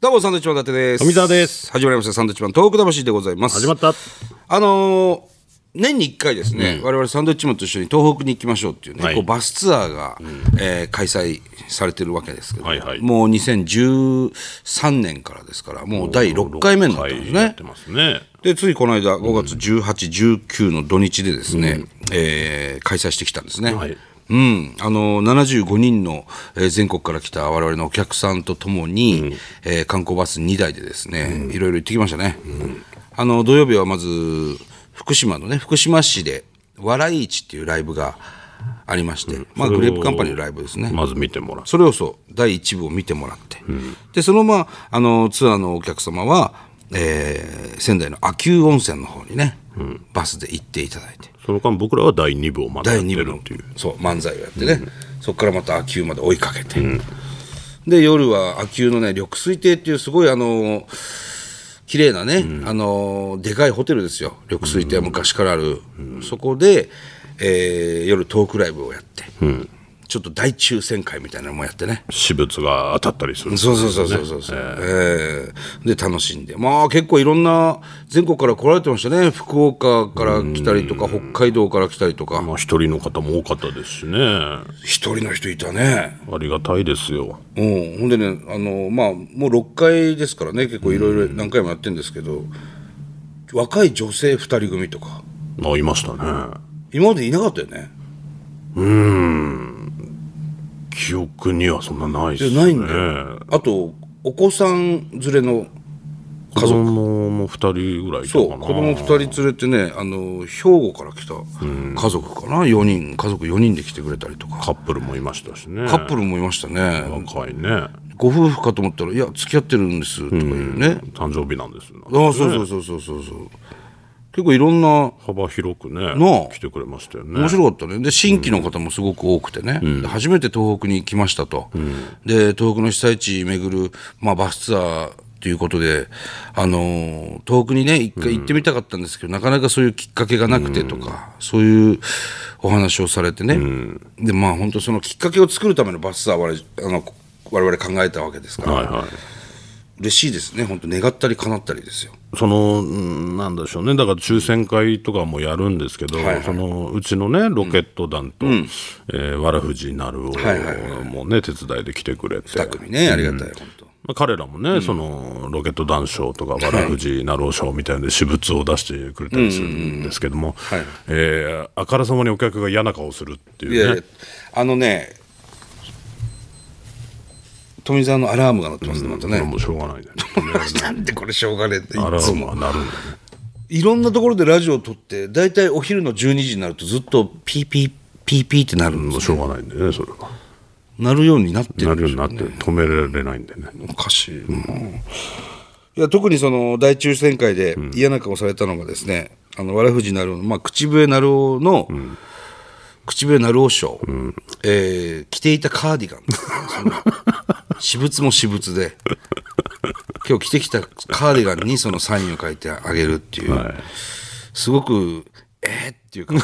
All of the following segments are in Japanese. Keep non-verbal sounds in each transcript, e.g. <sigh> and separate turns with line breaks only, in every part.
どうもサンドウィッチマン伊達です
富澤です
始まりましたサンドウィッチマントーク魂でございます
始まった
あのー年に1回ですね、我々サンドウィッチマンと一緒に東北に行きましょうっていうね、
はい
こうバスツアーが、えー開催されてるわけですけど、
はいはい
もう2013年からですからもう第6回目になったんです
はいやっ
ね
てますね
でついこの間5月18、19の土日でですね、えー開催してきたんですね、
はい
うん、あの75人の、えー全国から来た我々のお客さんとともに、えー観光バス2台でですね、いろいろ行ってきましたね、あの土曜日はまず福島のね福島市で「笑い市」っていうライブがありまして、まあ、
それを
グレープカンパニーのライブですね、
まず見てもらう
それをそう第1部を見てもらって、でそのまああのツアーのお客様は、えー仙台の秋保温泉の方にね、バスで行っていただいて
その間僕らは第2部をまだや
第
って
2部
る
の
っていう
そう漫才をやってね、そこからまた秋保まで追いかけて、で夜は秋保のね緑水亭っていうすごいあの綺麗なね、あのでかいホテルですよ緑水亭は昔からある、そこで、えー夜トークライブをやって、ちょっと大抽選会みたいなのもやってね
私物が当たったりする
そうそうそうそうそうそう、ええで楽しんでまあ結構いろんな全国から来られてましたね福岡から来たりとか北海道から来たりとか
まあ一人の方も多かったですしねあ
一人の人いたね
りがたいですよ
うんほんでねあのまあもう6回ですからね結構いろいろ何回もやってるんですけど若い女性2人組とか
まあいましたね
今までいなかったよね
記憶にはそんなないっす
い
ね
やないんだよあとお子さん連れの
子供も2人ぐらいいた
そう
かな
子供2人連れてねあの兵庫から来た家族かな4人家族4人で来てくれたりとか
カップルもいましたしね
カップルもいましたね、
若いね
ご夫婦かと思ったら「いや付き合ってるんです」とかいうね、
誕生日なんですよ
ああそうそうそうそうそうそう結構いろんな
幅広くね
なあ
来てくれましたよね
面白かったねで新規の方もすごく多くてね、で初めて東北に来ましたと、で東北の被災地巡る、まあ、バスツアーということで、あのー東北にね一回行ってみたかったんですけど、なかなかそういうきっかけがなくてとか、そういうお話をされてね、でまあ本当そのきっかけを作るためのバスツアーを我々あの我々考えたわけですから、
はいはい
嬉しいですね本当願ったり叶ったりですよ
そのうんなんでしょうねだから抽選会とかもやるんですけど、
はいはい
そのうちのねロケット団と、えーわらふじなるを
はいはいは
もね手伝いで来てくれて
2組ねありがたい、本当
まあ、彼らもね、そのロケット団賞とかわらふじなるお賞みたいなので私物を出してくれたりするんですけども、
はい
えーあからさまにお客が嫌な顔するっていう
い
ね
やいやあのね富澤のアラームが鳴ってますねまた
これ
ね、
もうしょうがないね
なんでこれしょうがねえ <laughs> ってい
あら
つ
ま
も
あなるんだね
いろんなところでラジオを撮って大体お昼の12時になるとずっとピーピーピーピーってなるん
も
で
う
す
しょうがないんだよねそれは
なるようになって
な
る
るようになって止められないんでね
おかしいな、いや特にその大抽選会で嫌な顔されたのがですね、あのわらふじなるおの、まあ、口笛なるおの、口笛なるお賞、えー着ていたカーディガンその私物も私物で今日着てきたカーディガンにそのサインを書いてあげるっていう、
はい
すごくえー、っていうか
え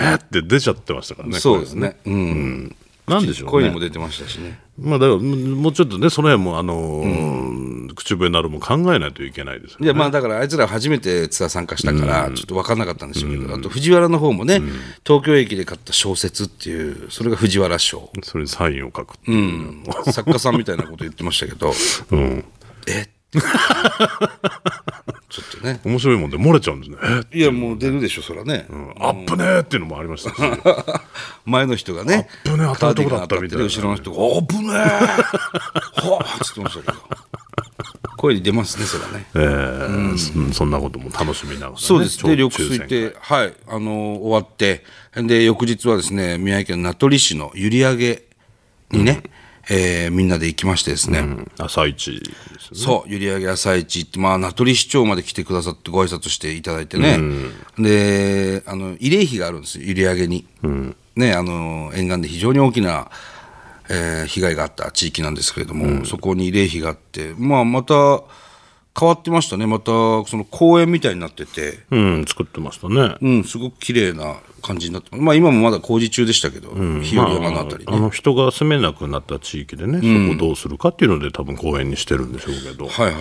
ーって出ちゃってましたから
<laughs>
ね
そうですね、うん
なんでしょう
声に
ね
も出てましたしね
まあだからももうちょっとねその辺もあのー口笛なるも考えないといけないですよ
いやまあだからあいつら初めてツアー参加したからちょっと分かんなかったんでしょうけど、あと藤原の方もね、東京駅で買った小説っていうそれが藤原賞、
それにサインを書くって
う、
いうん
作家さんみたいなこと言ってましたけ <laughs> ど
うん
えってちょっとね
面白いもんで漏れちゃうんですねえー
いやもう出るでしょそらね、
アップねーっていうのもありましたし、
前の人がね
あぶねえ当たるとこだった
カーディガン
みた
当
いな
ってて後ろの人が「あぶねえ!はあ」っつってましたけど声に出ますねそらね
えーうんそんなことも楽しみながらね、
そうです。で、緑
超抽
水
選会
亭、はい、あのー終わって、で、翌日はですね、宮城県名取市の閖上にね、えーみんなで行きましてですね、
うん朝一ですね
そう、閖上朝市行って、まあ、名取市長まで来てくださってご挨拶していただいてね、で、あの、慰霊碑があるんですよ、閖上に。ね、あの、沿岸で非常に大きな、えー被害があった地域なんですけれども、そこに慰霊碑があって、まあ、また、変わってましたね。また、その公園みたいになってて、
うん、作ってましたね。
うん、すごく綺麗な感じになって、まあ今もまだ工事中でしたけど、日和山のあたり
あ
ね。
の人が住めなくなった地域でね、そこをどうするかっていうので、多分公園にしてるんでしょうけど、
はいはいは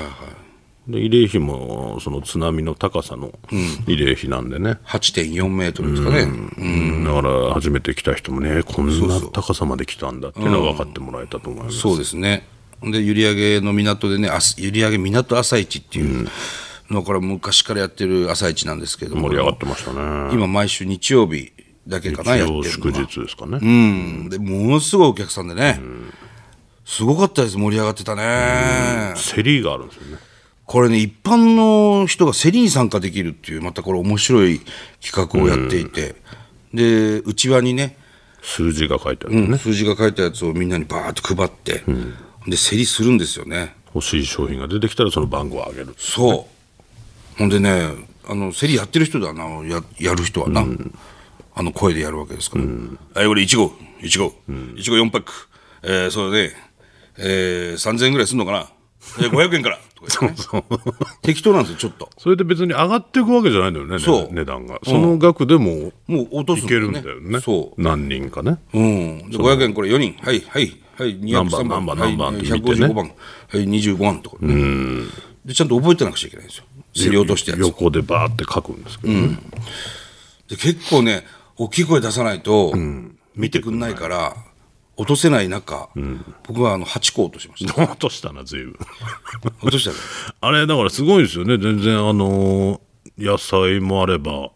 い。
で慰霊碑もその津波の高さの慰霊碑なんでね、
8.4メートルですかね。
うんだから初めて来た人もね、こんな高さまで来たんだっていうのは分かってもらえたと思います。
そうですね。で、閖上の港でね、あす閖上港朝市っていうの、これは昔からやってる朝市なんですけども
盛り、上がってましたね。
今毎週日曜日だけかな、やってる
一応祝
のは。
日ですかね。
うん。で、ものすごいお客さんでね、すごかったです、盛り上がってたね。
セリーがあるんですよね。
これね、一般の人が競りに参加できるっていう、またこれ面白い企画をやっていて、で、内輪にね、
数字が書いてある、
数字が書いたやつをみんなにバーッと配って、で、競りするんですよね。
欲しい商品が出てきたらその番号を上げる。
そう。ほんでね、あの、競りやってる人だな、ややる人はな、あの、声でやるわけですから。あれ、俺、1号、1号、1号4パック、えー、そうだね、えー、3000円ぐらいすんのかな、えー、500円から、とか言ってね適当なんですよ、ちょっと。
それで別に上がっていくわけじゃないんだよね、ね
そう
値段が。その額でも
もう落とす
い
ん
け
だ
る
よ
ん
ね。
だよね。
そう。
何人かね。
うん、で500円、これ4人、はい、はい、はい、
何
200
番
3
何番
はい
何番って見てね
155番、はい、25番とか、で、ちゃんと覚えてなくちゃいけないんですよ、競り落としてやつを
横でバーって書くんですけどね、
で結構ね、大きい声出さないと、見てくんないから、落とせない中、僕はあの8個落としました。
<laughs> どうとしたな、随分。
<laughs> 落としたね
あれ、だからすごいですよね。全然、あのー野菜もあれば、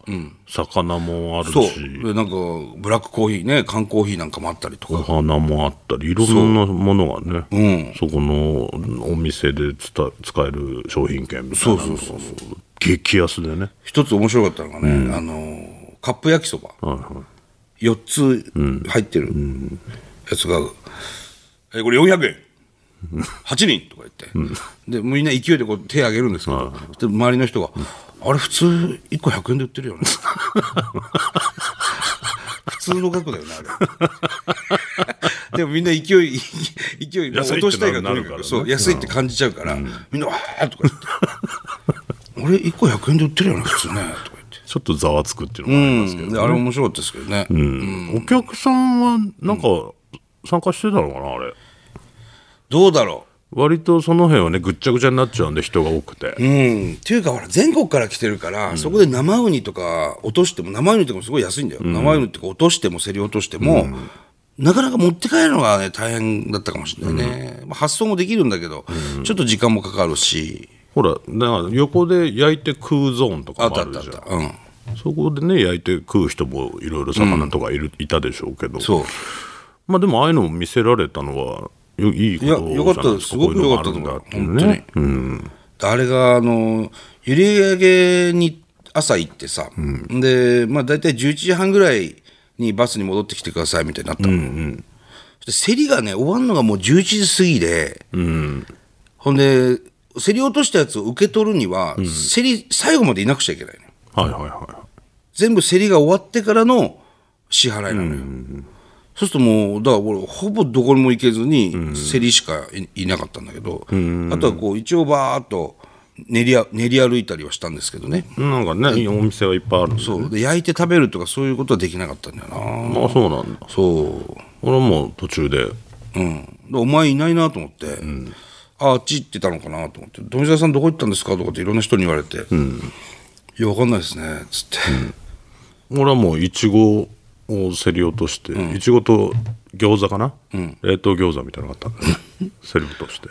魚もある
そう
し、
でなんか、ブラックコーヒーね、缶コーヒーなんかもあったりと
お
か、
花もあったり、いろんなものがね、
ん
そこのお店でつた使える商品券みたいなのとかも激安でね。
一つ面白かったのがね、あの、カップ焼きそば、
はいはい
4つ入ってるやつが、えこれ400円、8人とか言って、でみんな勢いでこう手挙げるんですけど、で周りの人が、あれ、普通、1個100円で売ってるよね。 <laughs> 普通の額だよね、あれ。でもみんな勢い、勢い、もう
安いってな
落としたいから
な
と
る
に
か
からく、
ね
そう、安いって感じちゃうから、みんな、わーとか言って、あれ、1個100円で売ってるよね、普通ね、とか言って。
ちょっとざわつくっていうのもありますけど、
であれ面白かったですけどね。
うんお客さんはなんか参加してたのかなあれ
どうだろう
割とその辺はねぐっちゃぐちゃになっちゃうんで人が多くて、
うん、っていうかほら全国から来てるから、そこで生ウニとか落としても生ウニとかもすごい安いんだよ、生ウニとか落としても競り落としても、なかなか持って帰るのが、ね、大変だったかもしれないね、まあ、発送もできるんだけど、ちょっと時間もかかるし
ほらだから横で焼いて食うゾーンと
あ
か
っ
も
た
あ
あっ
る
たあっ
じゃん
たうん
そこでね焼いて食う人もいろいろ魚とかいる、いたでしょうけど
そう
まあでもああいうのも見せられたのはよいいこと
い
じゃ
や
ないですか
よかったですすごくよかったと
こういう
思
のがあ
う
るんだっていう
本当に
ね、うん、
あれがあの閖上に朝行ってさ、で、まあ、大体11時半ぐらいにバスに戻ってきてくださいみたいになったの、そして競りがね終わるのがもう11時過ぎで、ほんで競り落としたやつを受け取るには、競り最後までいなくちゃいけないの
はいはいは
全部競りが終わってからの支払いなのよ、そうするともうだから俺ほぼどこにも行けずに競りしかいいなかったんだけど、あとはこう一応バーっと練りあ練り歩いたりはしたんですけどね
いなんかねいいお店はいっぱいあるんで
そうで焼いて食べるとかそういうことはできなかったんだよな
あそうなんだ
そう
俺はもう途中で
うん、でお前いないなと思って、ああっち行ってたのかなと思って「富澤さんどこ行ったんですか?」とかっていろんな人に言われて「いや分かんないですね」っつって、
俺はもういちごを競り落としていちごと餃子かな、冷凍餃子みたいなのがあったんだよね競り落として、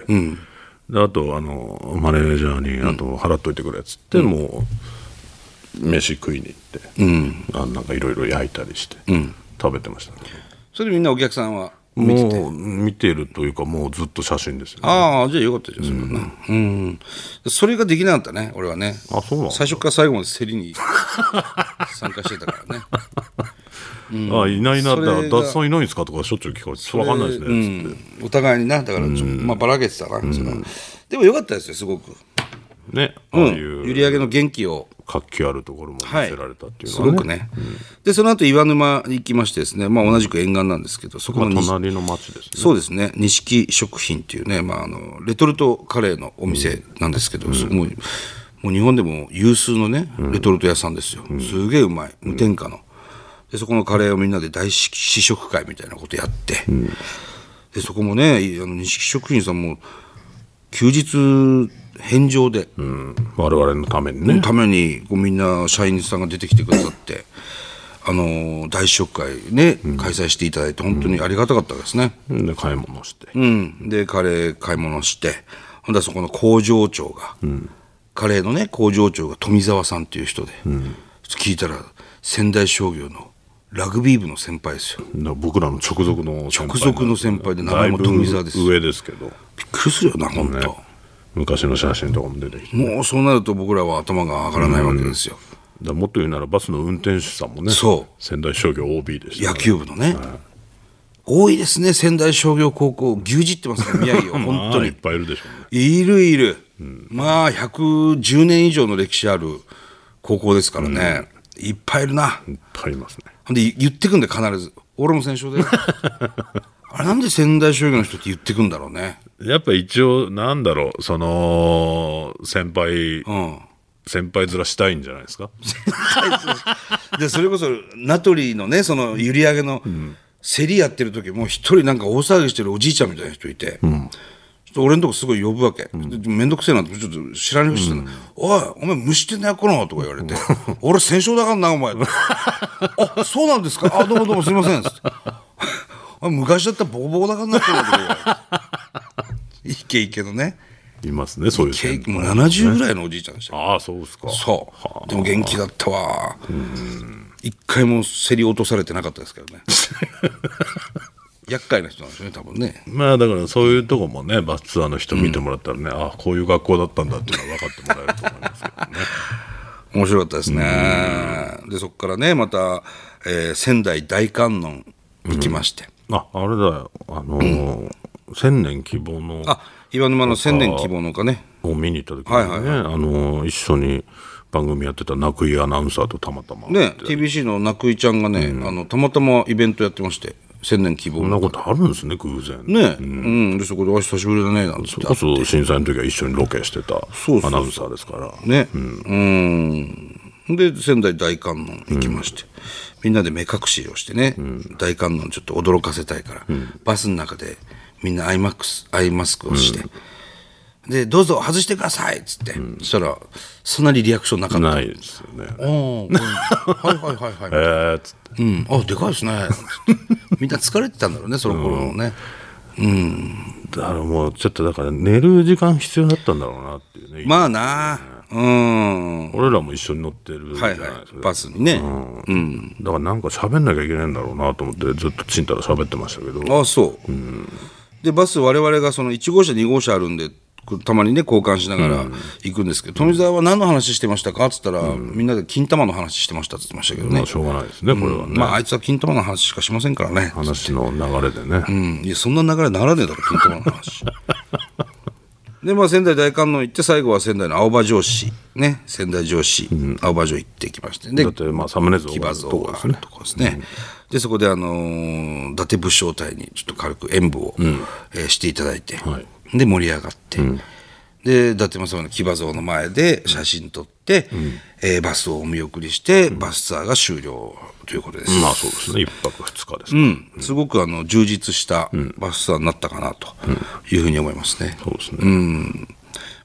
であとあのマネージャーに「あと払っといてくれ」っつって、もう飯食いに行って、あなんかいろいろ焼いたりして、食べてましたね
それでみんなお客さんは
もう見てるというかもうずっと写真ですよ、ね、
ああじゃあよかったじゃんそれはなうん、それができなかったね俺はね
あそうなんだ
最初から最後まで競り
<laughs>
に参加してたからね
あいないな
それが
だダッサンいないんですかとかしょっちゅう聞かれてそれわかんないですね、つって
お互いになだからちょ、まあ、ばらけてたな、それはでもよかったですよすごく
ねああ
う
い
ん
う
閖上の元気を
活気あるところも見せられたっていう
す
のは、
ごくね、でその後岩沼行きましてですね、まあ、同じく沿岸なんですけどそこの
まあ
に
隣の町ですね
そうですね錦食品っていうね、まあ、あのレトルトカレーのお店なんですけど、そもうもう日本でも有数のねレトルト屋さんですよ、すげえうまい無添加の、でそこのカレーをみんなで大試試食会みたいなことやって、でそこもねいあの錦食品さんも休日返上で、
うん、我々のためにね
ためにこうみんな社員さんが出てきてくださって、あのー大試食会ね、開催していただいて本当にありがたかったですね、
で買い物して、
うん、でカレー買い物してほんだそこの工場長が、カレーのね工場長が富澤さんっていう人で、ちょっと聞いたら仙台商業のラグビー部の先輩ですよ
だから僕らの直属の先輩
直属の先輩で名前も
だいぶ
富澤です
上ですけど
びっくりするよな本当、
ね昔の写真とかも出てきてだか
もうそうなると僕らは頭が上がらないわけですよ、
らもっと言うならバスの運転手さんもね
そう
仙台商業 OB でした
野
から
球部のね、多いですね仙台商業高校牛耳ってます
<laughs>
から宮城を
まあ
本当
い
に
っぱいいるでしょうね
いるいる、まあ110年以上の歴史ある高校ですからね、いっぱいいるない
っぱいいますね
ほんで言ってくんで必ず俺も戦勝であれなんで仙台商業の人って言ってくんだろうね
やっぱ一応なんだろうその先輩
うん
先輩面したいんじゃないですか
でそれこそ名取のねその閖上げの競りやってる時も一人なんか大騒ぎしてるおじいちゃんみたいな人いて、ちょっと俺のとこすごい呼ぶわけ、で面倒くせえなってちょっと知らないふうにしてたのおいお前虫ってんのやこの」とか言われ <laughs> て「俺戦勝だからなお前」あそうなんですかあどうもどうもすいません」つってあ昔だったらボコボコだからな」とか言わ <laughs> れてイケイケのね
いますねそういう
ケ
先
ーキもう
輩
70ぐらいのおじいちゃんでしたよ
ああそうですか
そう。でも元気だったわ。一回も競り落とされてなかったですけど <laughs> ね。厄介な人なんですよね、多分ね。
まあだからそういうとこもねバスツアーの人見てもらったらね、ああこういう学校だったんだっていうのは分かってもらえると思いますけどね
面白かったですね。で、そこからね、また、えー仙台大観音行きまして。
ああれだよあのー千年希望の
あ、岩沼の千年希望の丘ね。
を見に行った時にね、
はいはい
あのー一緒に番組やってた涌井アナウンサーとたまたま会っ
ね
て、
TBC の涌井ちゃんがね、あの、たまたまイベントやってまして、千年希望
そんな
の
ことあるんですね偶然
ね、うん。で、そこで、あ、久しぶりだね、なんつっ
そ
て
れ。こそ震災の時は一緒にロケしてた
そうそう
アナウンサーですから
ね、うん、で仙台大観音行きまして、みんなで目隠しをしてね、大観音ちょっと驚かせたいから、バスの中でみんなアイマックスアイマスクをして、でどうぞ外してくださいっつって、そしたらそんなにリアクションなかった。
ないですよね
おーはいはい <laughs> はいは
え
い。
ー、つって
うん、あでかいですね。みんな疲れてたんだろうね、その頃のね。
だからもうちょっとだから寝る時間必要だったんだろうなっていうね、
まあなあ、うん、は
俺らも一緒に乗ってる
い
じゃ
は
ない
い
ですか、、
バスにね。
うん、だからなんか喋んなきゃいけないんだろうなと思ってずっとちんたら喋ってましたけど
ああそう、でバス我々がその1号車2号車あるんでこうたまにね交換しながら行くんですけど、富澤は何の話してましたかっつったら、みんなで金玉の話してましたっつってましたけどね、
まあしょうがないですねこれはね、
まああいつは金玉の話しかしませんからね、
話の流れでね、
うん、いやそんな流れならねえだろ金玉の
<laughs>
話でまあ仙台大観音行って最後は仙台の青葉城市ね仙台城市、青葉城行ってきましてで
だってまあサムネズオ
騎
があ
馬
る
像
とこ
が
で
あ
す
る
ね
ところですね。で、そこで、あのー伊達武将隊にちょっと軽く演舞を、えーしていただいて、
は
で、盛り上がって、で、伊達政宗の騎馬像の前で写真撮って、えーバスをお見送りして、バスツアーが終了ということです。
まあそうですね一泊二日です、
うん、すごくあの充実したバスツアーになったかなというふうに思いますね。
そうですね、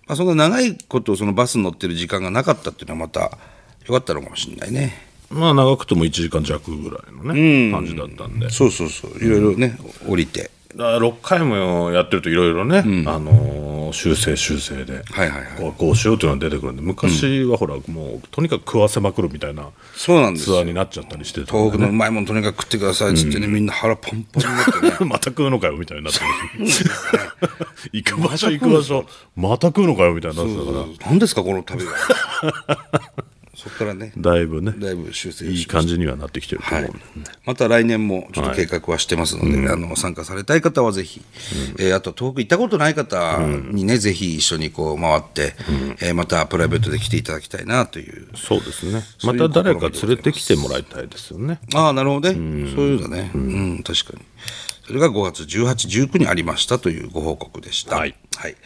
まあ、そんな長いことそのバスに乗ってる時間がなかったっていうのはまた良かったのかもしれないね。
まあ長くても1時間弱ぐらいのね、感じだったんで
そうそうそう、いろいろね、降りて。
だから6回もやってるといろいろね、あのー修正修正で、
はいはいはい
こうこうしようというのが出てくるんで昔はほらもうとにかく食わせまくるみたいな
そうなんです
ツ
よ
アーになっちゃったりしてた
東
んで
北のうまいもんとにかく食ってくださいっつってね、みんな腹パンパンになってね
また食うのかよみたいになってる行く場 <laughs> 所行く場所また食うのかよみたいになってたから
何ですかこの旅はそこからね、
だいぶね
だいぶ修正
いい
しま
感
し
じにはなってきてると
た。は
思
い
うんで、、
また来年もちょっと計画はしてますので、あの参加されたい方はぜひ、えーあと遠く行ったことない方にね、ぜひ一緒にこう回って、えーまたプライベートで来ていただきたいなという、
そうですね
そう
ま
いう
た誰か
試みでございます
連れてきてもらいたいですよね
ああ、なるほどね、そういうのね、うん、確かに。それが5月18、19にありましたというご報告でした。
はい。
はい。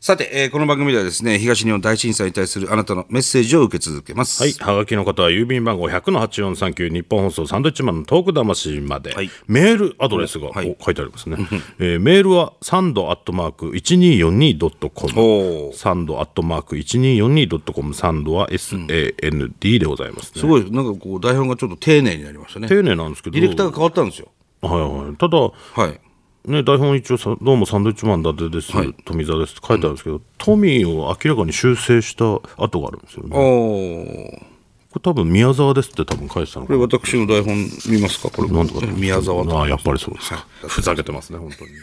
さて、えーこの番組ではですね、東日本大震災に対するあなたのメッセージを受け続けます。
はい。はがきの方は郵便番号100-8439日本放送サンドイッチマンのトーク魂まで、
はい
メールアドレスが、
はい
お書いてありますね、えーメールはサンドアットマーク 1242.com
おー
サンドアットマーク 1242.com サンドは SAND でございますね、
すごい、なんかこう、台本がちょっと丁寧になりましたね。
丁寧なんですけど
ディレクターが変わったんですよ。
はいはい、ただ、
はい。
ね、台本一応さ「どうもサンドイッチマン伊達です、富澤です」って書いてあるんですけど、トミーを明らかに修正した跡があるんですよね
おー
これ多分宮沢ですって多分書いてたの
こ
か
れ
な
私の台本見ますかこれ。
なんとか
宮沢と
ああやっぱりそうです
は
かふざけてますね本当にね